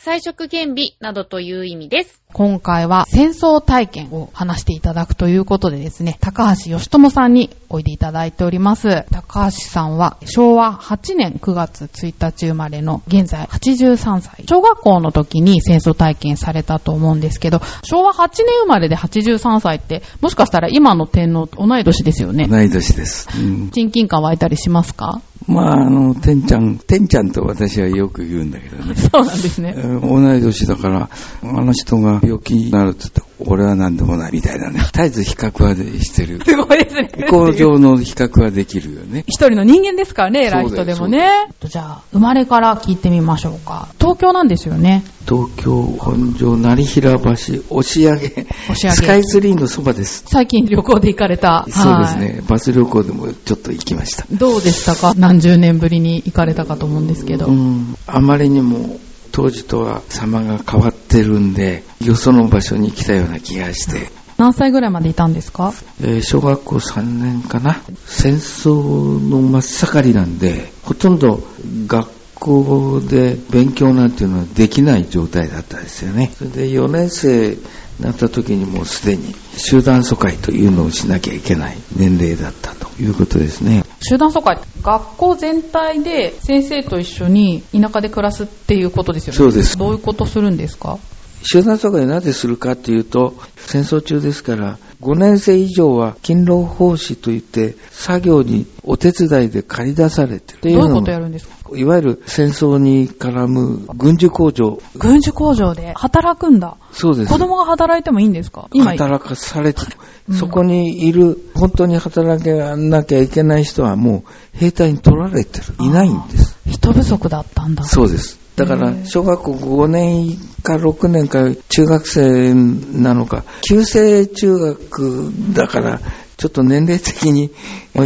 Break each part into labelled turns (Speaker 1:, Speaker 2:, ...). Speaker 1: 彩色兼備などという意味です。今回は戦争体験を話していただくということでですね、高橋義智さんにおいでいただいております。高橋さんは昭和8年9月1日生まれの現在83歳。小学校の時に戦争体験されたと思うんですけど、昭和8年生まれで83歳って、もしかしたら今の天皇と同い年ですよね。
Speaker 2: 同い年です。うん
Speaker 1: 親近感湧いたりしますか
Speaker 2: まあ、あの、てんちゃん、てんちゃんと私はよく言うんだけどね。
Speaker 1: そうなんです
Speaker 2: え
Speaker 1: ね。
Speaker 2: ー同い年だから、あの人が病気になるって言って、俺は何でもないみたいなね。絶えず比較はしてる。
Speaker 1: すごいです ね。
Speaker 2: 工場の比較はできるよね。
Speaker 1: 一人の人間ですからね、
Speaker 2: そうだ
Speaker 1: 偉
Speaker 2: よ
Speaker 1: い人でもね。じゃあ、生まれから聞いてみましょうか。東京なんですよね。
Speaker 2: 東京本庄成平橋押上げ
Speaker 1: 押上
Speaker 2: スカイツリーのそばです。
Speaker 1: 最近旅行で行かれた。
Speaker 2: そうで
Speaker 1: は
Speaker 2: す
Speaker 1: い。
Speaker 2: ね。バス旅行でもちょっと行きました。
Speaker 1: どうでしたか何十年ぶりに行かれたかと思うんですけど。
Speaker 2: うん、あまりにも当時とは様が変わってるんで、よその場所に来たような気がして、
Speaker 1: 何歳ぐらいまでいたんですか
Speaker 2: えー小学校3年かな戦争の真っ盛りなんでほとんど学校で勉強なんていうのはできない状態だったんですよねそれで4年生になった時にもうすでに集団疎開というのをしなきゃいけない年齢だったということですね
Speaker 1: 集団疎開。学校全体で先生と一緒に田舎で暮らすっていうことですよね。
Speaker 2: そうです
Speaker 1: どういうことするんですか
Speaker 2: 集団疎開なぜするかというと戦争中ですから5年生以上は勤労奉仕といって作業にお手伝いで借り出されてる
Speaker 1: どういうことやるんですか
Speaker 2: いわゆる戦争に絡む軍需工場。
Speaker 1: 軍事工場で働くんだ。
Speaker 2: そうです。
Speaker 1: 子供が働いてもいいんですか今、
Speaker 2: 働かされて、
Speaker 1: うん
Speaker 2: そこにいる、本当に働かなきゃいけない人はもう兵隊に取られてる。いないんです。
Speaker 1: 人不足だったんだ。
Speaker 2: そうです。だか
Speaker 1: へ
Speaker 2: ら
Speaker 1: ー、
Speaker 2: 小学校5年か6年か、中学生なのか、旧制中学だから、ちょっと年齢的に、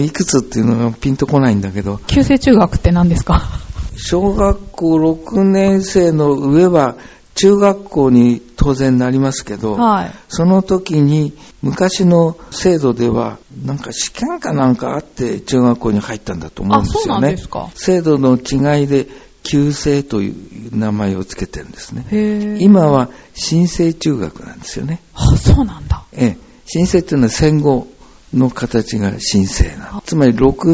Speaker 2: いくつっていうのがピンとこないんだけど、
Speaker 1: 旧制中学って何ですか
Speaker 2: 小学校6年生の上は中学校に当然なりますけど、
Speaker 1: はい。
Speaker 2: その時に昔の制度ではなんか試験かなんかあって中学校に入ったんだと思うんです
Speaker 1: あそ
Speaker 2: よ
Speaker 1: うなん
Speaker 2: ね
Speaker 1: ですか
Speaker 2: 制度の違いで旧制という名前をつけてるんですね
Speaker 1: へえ。
Speaker 2: 今は新制中学なんですよね
Speaker 1: あ、そうなんだ。
Speaker 2: ええ、新制というのは戦後の形が新制なのつまり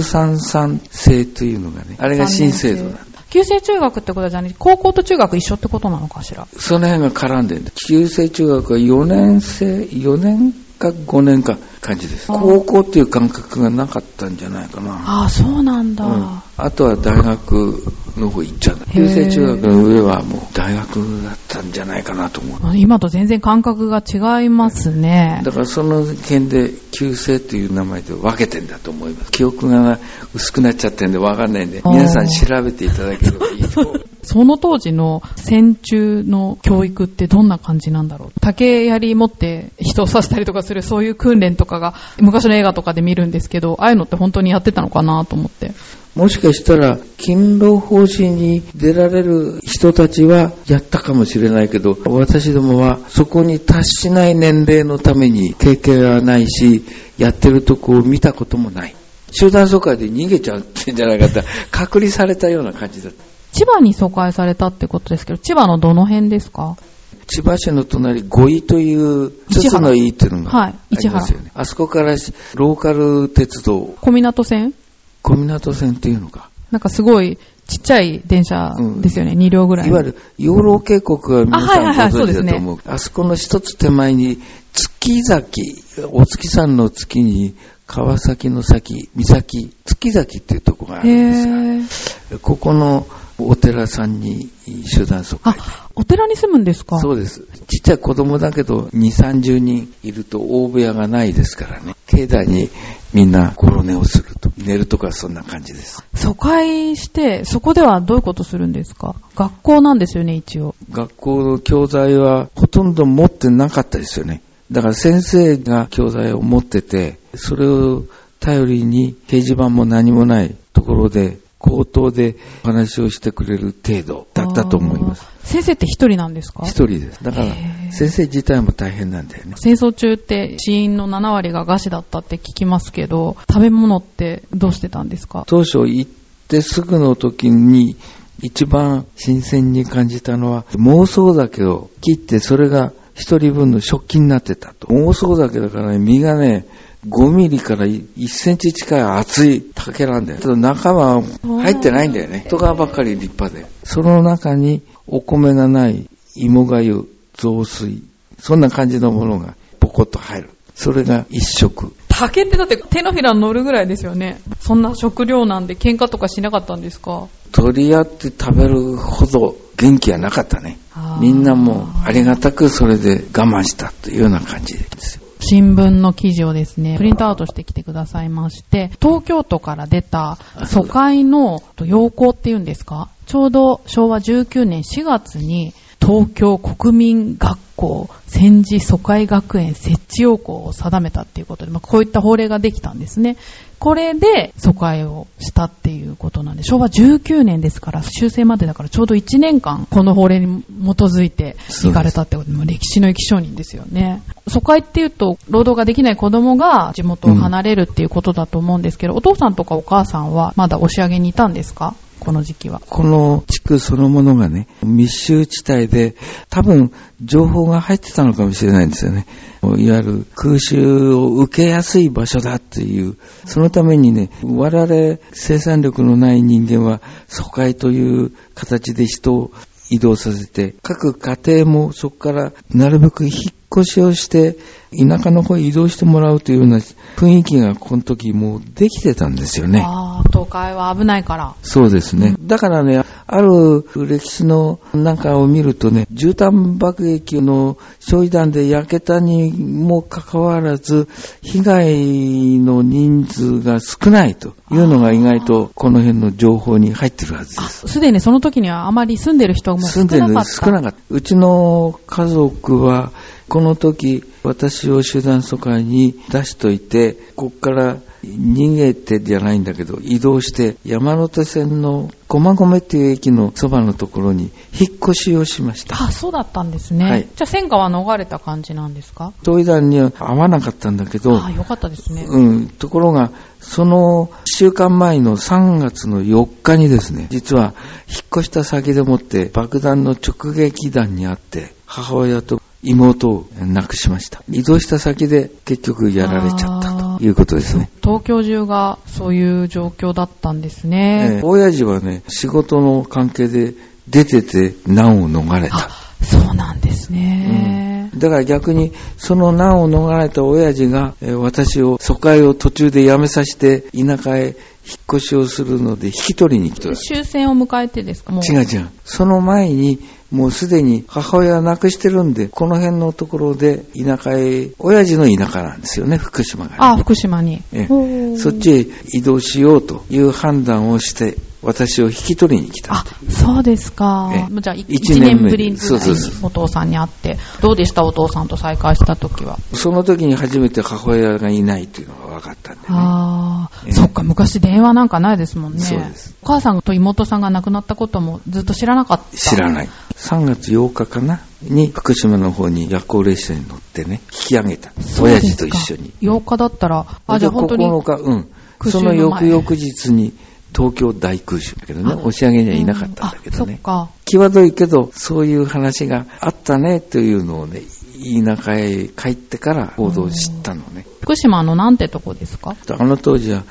Speaker 2: 633制というのがねあれが新制度なんだ
Speaker 1: 旧制中学ってことはじゃなくて、高校と中学一緒ってことなのかしら。
Speaker 2: その辺が絡んでるんだ旧制中学は4年生、4年か5年か感じです。
Speaker 1: あー
Speaker 2: 高校っていう感覚がなかったんじゃないかな。
Speaker 1: ああ、そうなんだ。
Speaker 2: うん、あとは大学の方行っちゃうんだ。
Speaker 1: へー
Speaker 2: 旧制中学の上はもう大学だったんじゃないかなと思う。
Speaker 1: 今と全然感覚が違いますね。
Speaker 2: だからその辺で旧制という名前で分けてんだと思います。記憶が薄くなっちゃってんで分かんないんで、
Speaker 1: あー
Speaker 2: 皆さん調べていただければいいと思う。
Speaker 1: その当時の戦中の教育ってどんな感じなんだろう竹槍持って人を刺したりとかするそういう訓練とかが昔の映画とかで見るんですけど、ああいうのって本当にやってたのかなと思って。
Speaker 2: もしかしたら、勤労方針に出られる人たちはやったかもしれないけど、私どもはそこに達しない年齢のために経験はないし、やってるとこを見たこともない。集団疎開で逃げちゃってんじゃなかった。隔離されたような感じだった。
Speaker 1: 千葉に疎開されたってことですけど、千葉のどの辺ですか
Speaker 2: 千葉市の隣、五井という、津々の井っていうのが
Speaker 1: は
Speaker 2: あ
Speaker 1: い
Speaker 2: りますよね。あそこからローカル鉄道、
Speaker 1: 小湊線
Speaker 2: 小湊線っていうのか。
Speaker 1: なんかすごいちっちゃい電車ですよね、2両ぐらい
Speaker 2: い
Speaker 1: の。
Speaker 2: わゆる養老渓谷は皆さ
Speaker 1: あ
Speaker 2: ん
Speaker 1: はいはいはい
Speaker 2: ご存知だと思う。あそこの一つ手前に、月崎、お月さんの月に、川崎の先、岬、月崎っていうとこがあるんで
Speaker 1: へー
Speaker 2: すが、ここのお寺さんに集団疎開。
Speaker 1: あ、お寺に住むんですか
Speaker 2: そうです。ちっちゃい子供だけど、2、30人いると大部屋がないですからね。境内にみんなコロネをすると。寝るとかそんな感じです。
Speaker 1: 疎開して、そこではどういうことするんですか学校なんですよね、一応。
Speaker 2: 学校の教材はほとんど持ってなかったですよね。だから先生が教材を持ってて、それを頼りに掲示板も何もないところで、口頭でお話をしてくれる程度だったと思います。
Speaker 1: あー。先生って一人なんですか
Speaker 2: 一人です。だから
Speaker 1: へー、
Speaker 2: 先生自体も大変なんだよね。
Speaker 1: 戦争中って死因の7割が餓死だったって聞きますけど、食べ物ってどうしてたんですか
Speaker 2: 当初行ってすぐの時に一番新鮮に感じたのは妄想酒を切ってそれが一人分の食器になってたと。妄想酒だからね、身がね、5ミリから1センチ近い厚い竹なんだよ。ただ中は入ってないんだよね。外側ばっかり立派で。その中にお米がない芋がゆ、雑炊、そんな感じのものがポコッと入る。それが一食。
Speaker 1: 竹ってだって手のひらに乗るぐらいですよね。そんな食料なんで喧嘩とかしなかったんですか
Speaker 2: 取り合って食べるほど元気はなかったね
Speaker 1: あー
Speaker 2: みんなもうありがたくそれで我慢したというような感じですよ
Speaker 1: 新聞の記事をですね、プリントアウトしてきてくださいまして、東京都から出た疎開の要項っていうんですかちょうど昭和19年4月に東京国民学校戦時疎開学園設置要項を定めたっていうことで、まあ、こういった法令ができたんですね。これで疎開をしたっていうことなんで、昭和19年ですから、修正までだからちょうど1年間、この法令に基づいて行かれたってことで、もう歴史の生き証人ですよね。疎開っていうと、労働ができない子供が地元を離れるっていうことだと思うんですけど、お父さんとかお母さんはまだ押し上げにいたんですかこの時期は。
Speaker 2: この地区そのものがね密集地帯で多分情報が入ってたのかもしれないんですよねいわゆる空襲を受けやすい場所だっていうそのためにね我々生産力のない人間は疎開という形で人を移動させて、各家庭もそこからなるべく引っ越しをして、田舎の方へ移動してもらうというような雰囲気がこの時もうできてたんですよね。
Speaker 1: ああ、東海は危ないから。
Speaker 2: そうですね。だからね、ある歴史のなんかを見るとね、絨毯爆撃の焼夷弾で焼けたにもかかわらず、被害の人数が少ないというのが意外とこの辺の情報に入ってるはずです。
Speaker 1: すでにその時にはあまり住んでる人も
Speaker 2: 住
Speaker 1: 少
Speaker 2: んで
Speaker 1: な
Speaker 2: る
Speaker 1: か
Speaker 2: の
Speaker 1: っ
Speaker 2: 少
Speaker 1: た。
Speaker 2: なかった。うちの家族は、この時、私を集団疎開に出しといて、こっから逃げてじゃないんだけど、移動して、山手線の駒込っていう駅のそばのところに引っ越しをしました。
Speaker 1: あ、そうだったんですね。
Speaker 2: はい
Speaker 1: じゃあ戦火は逃れた感じなんですか
Speaker 2: 東夷団には合わなかったんだけど
Speaker 1: あ、あ、よかったですね。
Speaker 2: うん、ところが、その1週間前の3月の4日にですね、実は引っ越した先でもって爆弾の直撃弾にあって、母親と妹を亡くしました。移動した先で結局やられちゃったということですね。
Speaker 1: 東京中がそういう状況だったんです
Speaker 2: え
Speaker 1: ね。
Speaker 2: え親父はね、仕事の関係で出てて難を逃れた。
Speaker 1: あ、そうなんですね。
Speaker 2: だから逆に、その難を逃れた親父が、えー私を、疎開を途中でやめさせて、田舎へ引っ越しをするので、引き取りに来た。
Speaker 1: 終戦を迎えてですかもう
Speaker 2: 違う違う。その前に、もうすでに母親は亡くしてるんで、この辺のところで田舎へ、親父の田舎なんですよね、福島がね、
Speaker 1: あ、福島に。
Speaker 2: ええ
Speaker 1: ほう
Speaker 2: そっちへ移動しようという判断をして、私を引き取りに来た
Speaker 1: あ。、そうですか
Speaker 2: ええ。
Speaker 1: もうじゃあ、い
Speaker 2: 一
Speaker 1: 一
Speaker 2: 年
Speaker 1: 年
Speaker 2: 目
Speaker 1: ぶりぐ
Speaker 2: そう
Speaker 1: らい
Speaker 2: そう
Speaker 1: に
Speaker 2: そ
Speaker 1: お父さんに会って、どうでしたお父さんと再会した時は。
Speaker 2: その時に初めて母親がいないというのが分かったんで、ね。
Speaker 1: ああ、
Speaker 2: ええ
Speaker 1: そっか、昔電話なんかないですもんね。
Speaker 2: そうです
Speaker 1: お母さんと妹さんが亡くなったこともずっと知らなかった。
Speaker 2: 知らない。3月8日かなに福島の方に夜行列車に乗ってね、引き上げた。
Speaker 1: そうで
Speaker 2: 親
Speaker 1: すか
Speaker 2: 父と一緒に。
Speaker 1: 8日だったら、あ、じゃあ本当に。
Speaker 2: 9日、うん。
Speaker 1: 空襲
Speaker 2: そ
Speaker 1: の
Speaker 2: の
Speaker 1: 前
Speaker 2: 翌々日に東京大空襲だけどね、
Speaker 1: あ
Speaker 2: 押し上げにはいなかったんだけど
Speaker 1: うんあそ
Speaker 2: ね
Speaker 1: っ。か。
Speaker 2: 際どいけど、そういう話があったねというのをね、田舎へ帰ってから報道を知ったのね。
Speaker 1: 福島のなんてとこですか
Speaker 2: あの当時は、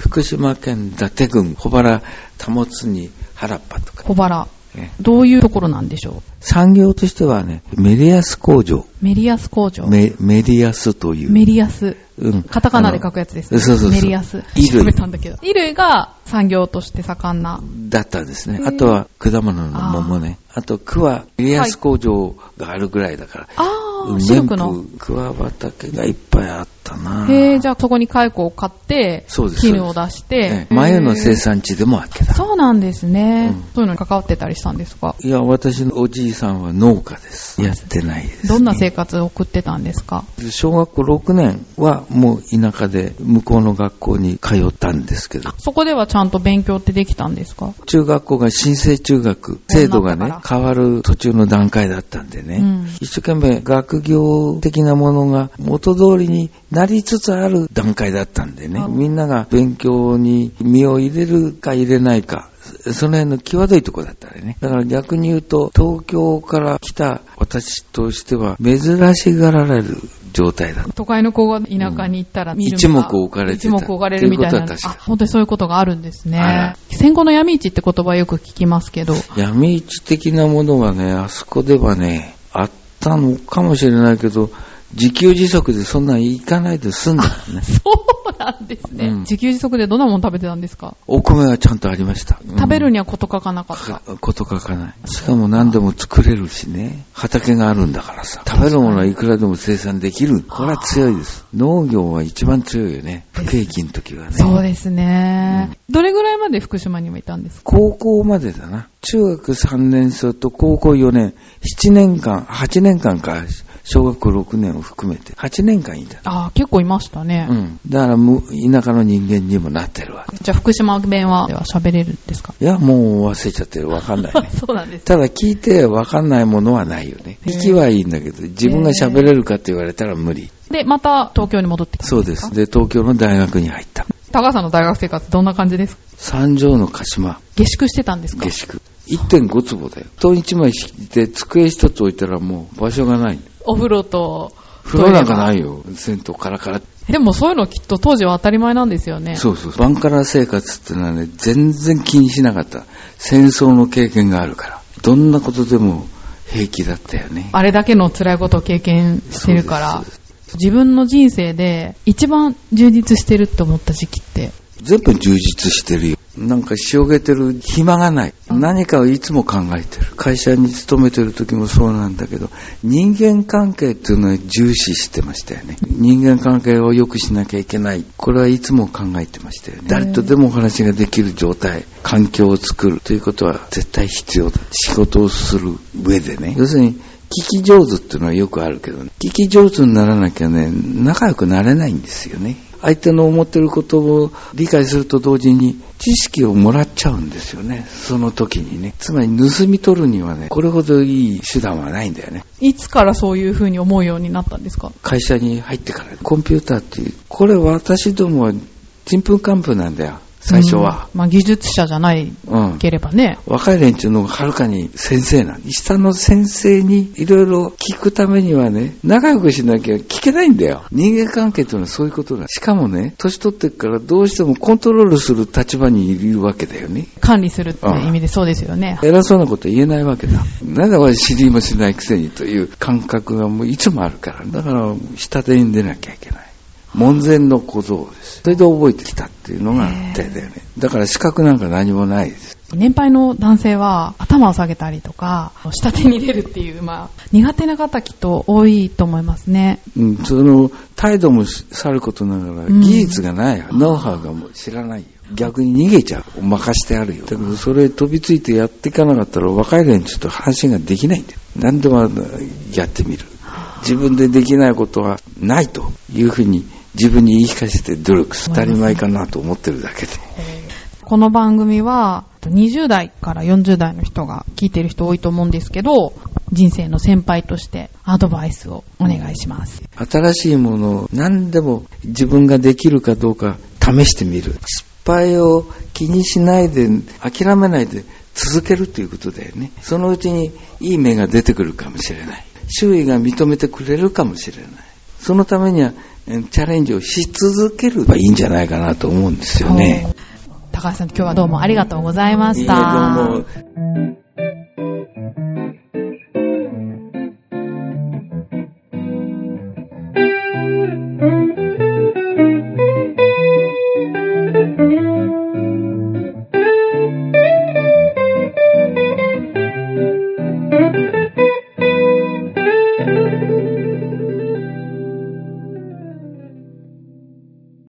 Speaker 2: 福島県伊達郡、小原、保津に原っぱとか、
Speaker 1: 小原。
Speaker 2: ね
Speaker 1: どういうところなんでしょ
Speaker 2: 産業としてはね、メリアス工場、
Speaker 1: うメリアス工場。メ
Speaker 2: メメリアスという、
Speaker 1: リアス。
Speaker 2: うん
Speaker 1: カタカナで書くやつです、ね。
Speaker 2: あのそうそうそう
Speaker 1: メリアス。
Speaker 2: 衣類
Speaker 1: 調べたんだけど。衣類が産業として盛んな。
Speaker 2: だったんですね。あとは果物の桃ね。あと、桑、メリアス工場があるぐらいだから、
Speaker 1: ああ、
Speaker 2: 綿
Speaker 1: シルクの。
Speaker 2: 布、桑畑がいっぱいあったったな。
Speaker 1: へえ、じゃあそこに蚕を買って、
Speaker 2: そうです
Speaker 1: 絹を出して
Speaker 2: え、え前の
Speaker 1: せ
Speaker 2: 生
Speaker 1: い
Speaker 2: 産地でもあってた。
Speaker 1: そうなんですね、
Speaker 2: うん
Speaker 1: そういうのに関わってたりしたんですか
Speaker 2: いや、私のおじいさんは農家です。やってないです、
Speaker 1: どんな生活を送ってたんですか
Speaker 2: 小学校6年はもう田舎で向こうの学校に通ったんですけど、
Speaker 1: そこではちゃんと勉強ってできたんですか
Speaker 2: 中学校が新生中学、制度
Speaker 1: こ
Speaker 2: が
Speaker 1: う
Speaker 2: ね
Speaker 1: なった、か
Speaker 2: 変わる途中の段階だったんでね、
Speaker 1: うん
Speaker 2: 一生懸命学業的なものが元通りになりつつある段階だったんでね
Speaker 1: あ、
Speaker 2: みんなが勉強に身を入れるか入れないか、そその辺の際どいとこだったんでね。だから逆に言うと、東京から来た私としては珍しがられる状態だった。
Speaker 1: 都会の子が田舎に行ったら見る
Speaker 2: 一
Speaker 1: 目が
Speaker 2: 目置かれてた
Speaker 1: 一目置かれるみたいな。
Speaker 2: っていうことは確か
Speaker 1: あ、本当にそういうことがあるんです
Speaker 2: あ
Speaker 1: ね
Speaker 2: ら。
Speaker 1: 戦後の闇市って言葉よく聞きますけど、
Speaker 2: 闇市的なものがね、あそこではね、あったのかもしれないけど、自給自足でそんなん行かないで済んだのね。
Speaker 1: そうなんですね、
Speaker 2: うん
Speaker 1: 自給自足でどんなもの食べてたんですか、
Speaker 2: お米はちゃんとありました。うん
Speaker 1: 食べるにはこと書かなかった
Speaker 2: か。こと書かない。しかも何でも作れるしね。畑があるんだからさ。食べるものはいくらでも生産できる。これは強いです。農業は一番強いよね。不景気の時はね。
Speaker 1: そうですね、どれぐらいまで福島にはいたんですか
Speaker 2: 高校までだな。中学3年生と高校4年、7年間、8年間か、小学校6年を含めて、8年間いた。
Speaker 1: ああ、結構いましたね。
Speaker 2: うん。だからむ、田舎の人間にもなってるわけ。
Speaker 1: じゃあ、福島弁はでは喋れるんですか。
Speaker 2: いや、もう忘れちゃってる。わかんないね
Speaker 1: そうなんです。
Speaker 2: ただ聞いてわかんないものはないよね。
Speaker 1: へー
Speaker 2: 聞きはいいんだけど、自分が喋れるかって言われたら無理。
Speaker 1: で、また東京に戻ってきた。
Speaker 2: そうです。で、東京の大学に入った。
Speaker 1: 高橋さんの大学生活どんな感じですか
Speaker 2: 三条の鹿島、
Speaker 1: 下宿してたんですか
Speaker 2: 下宿。1.5坪だよ。布団1枚敷いて、机一つ置いたらもう場所がない。
Speaker 1: お風呂と、。
Speaker 2: 風呂なんかないいよ。銭湯からから。
Speaker 1: でもそういうのきっと当時は当たり前なんですよね。
Speaker 2: そうそう。バンカラ生活ってのはね、全然気にしなかった。戦争の経験があるから。どんなことでも平気だったよね。
Speaker 1: あれだけの辛いことを経験してるから
Speaker 2: そうです、
Speaker 1: 自分の人生で一番充実してるって思った時期って、
Speaker 2: 全部充実してるよ。なんかしおげてる暇がない。
Speaker 1: うん
Speaker 2: 何かをいつも考えてる。会社に勤めてる時もそうなんだけど、人間関係っていうのは重視してましたよね。人間関係を良くしなきゃいけない。これはいつも考えてましたよね。誰とでもお話ができる状態、環境を作るということは絶対必要だ。仕事をする上でね。要するに、聞き上手っていうのはよくあるけど、ね、聞き上手にならなきゃね、仲良くなれないんですよね。相手の思ってることを理解すると同時に知識をもらっちゃうんですよね。その時にね。つまり盗み取るにはね、これほどいい手段はないんだよね。
Speaker 1: いつからそういう風に思うようになったんですか
Speaker 2: 会社に入ってから、コンピューターっていう、これ私どもはちんぷんかんぷんなんだよ。最初は。
Speaker 1: うんまあ技術者じゃない
Speaker 2: うん。
Speaker 1: ければね。
Speaker 2: 若い連中の方がはるかに先生なん下の先生にいろいろ聞くためにはね、仲良くしなきゃ聞けないんだよ。人間関係というのはそういうことだ。しかもね、年取ってからどうしてもコントロールする立場にいるわけだよね。
Speaker 1: 管理するって意味でそうですよね。
Speaker 2: 偉そうなこと言えないわけだ。なんだ俺知りもしないくせにという感覚がもういつもあるから。だから、下手に出なきゃいけない。門前の小僧です。それで覚えてきたっていうのが手だよね。だから資格なんか何もないです。
Speaker 1: 年配の男性は頭を下げたりとか、下手に出るっていう、まあ、苦手な方きっと多いと思いますね。
Speaker 2: うん、その態度もしさることながら、
Speaker 1: うん
Speaker 2: 技術がない、ノウハウがもう知らないよ。逆に逃げちゃう。任してあるよ。だけど、それ飛びついてやっていかなかったら、若い連中と話ができないんだよ。何でもやってみる。自分でできないことはないというふうに、自分に言い聞かせて努力する。当たり前かなと思ってるだけで。
Speaker 1: この番組は、20代から40代の人が聞いてる人多いと思うんですけど、人生の先輩としてアドバイスをお願いします。
Speaker 2: 新しいものを何でも自分ができるかどうか試してみる失敗を気にしないで諦めないで続けるということだよねそのうちにいい芽が出てくるかもしれない周囲が認めてくれるかもしれないそのためにはえーチャレンジをし続ければいいんじゃないかなと思うんですよね
Speaker 1: 高橋さん、今日はどうもありがとうございま
Speaker 2: い
Speaker 1: し
Speaker 2: いえど
Speaker 1: た。
Speaker 2: うも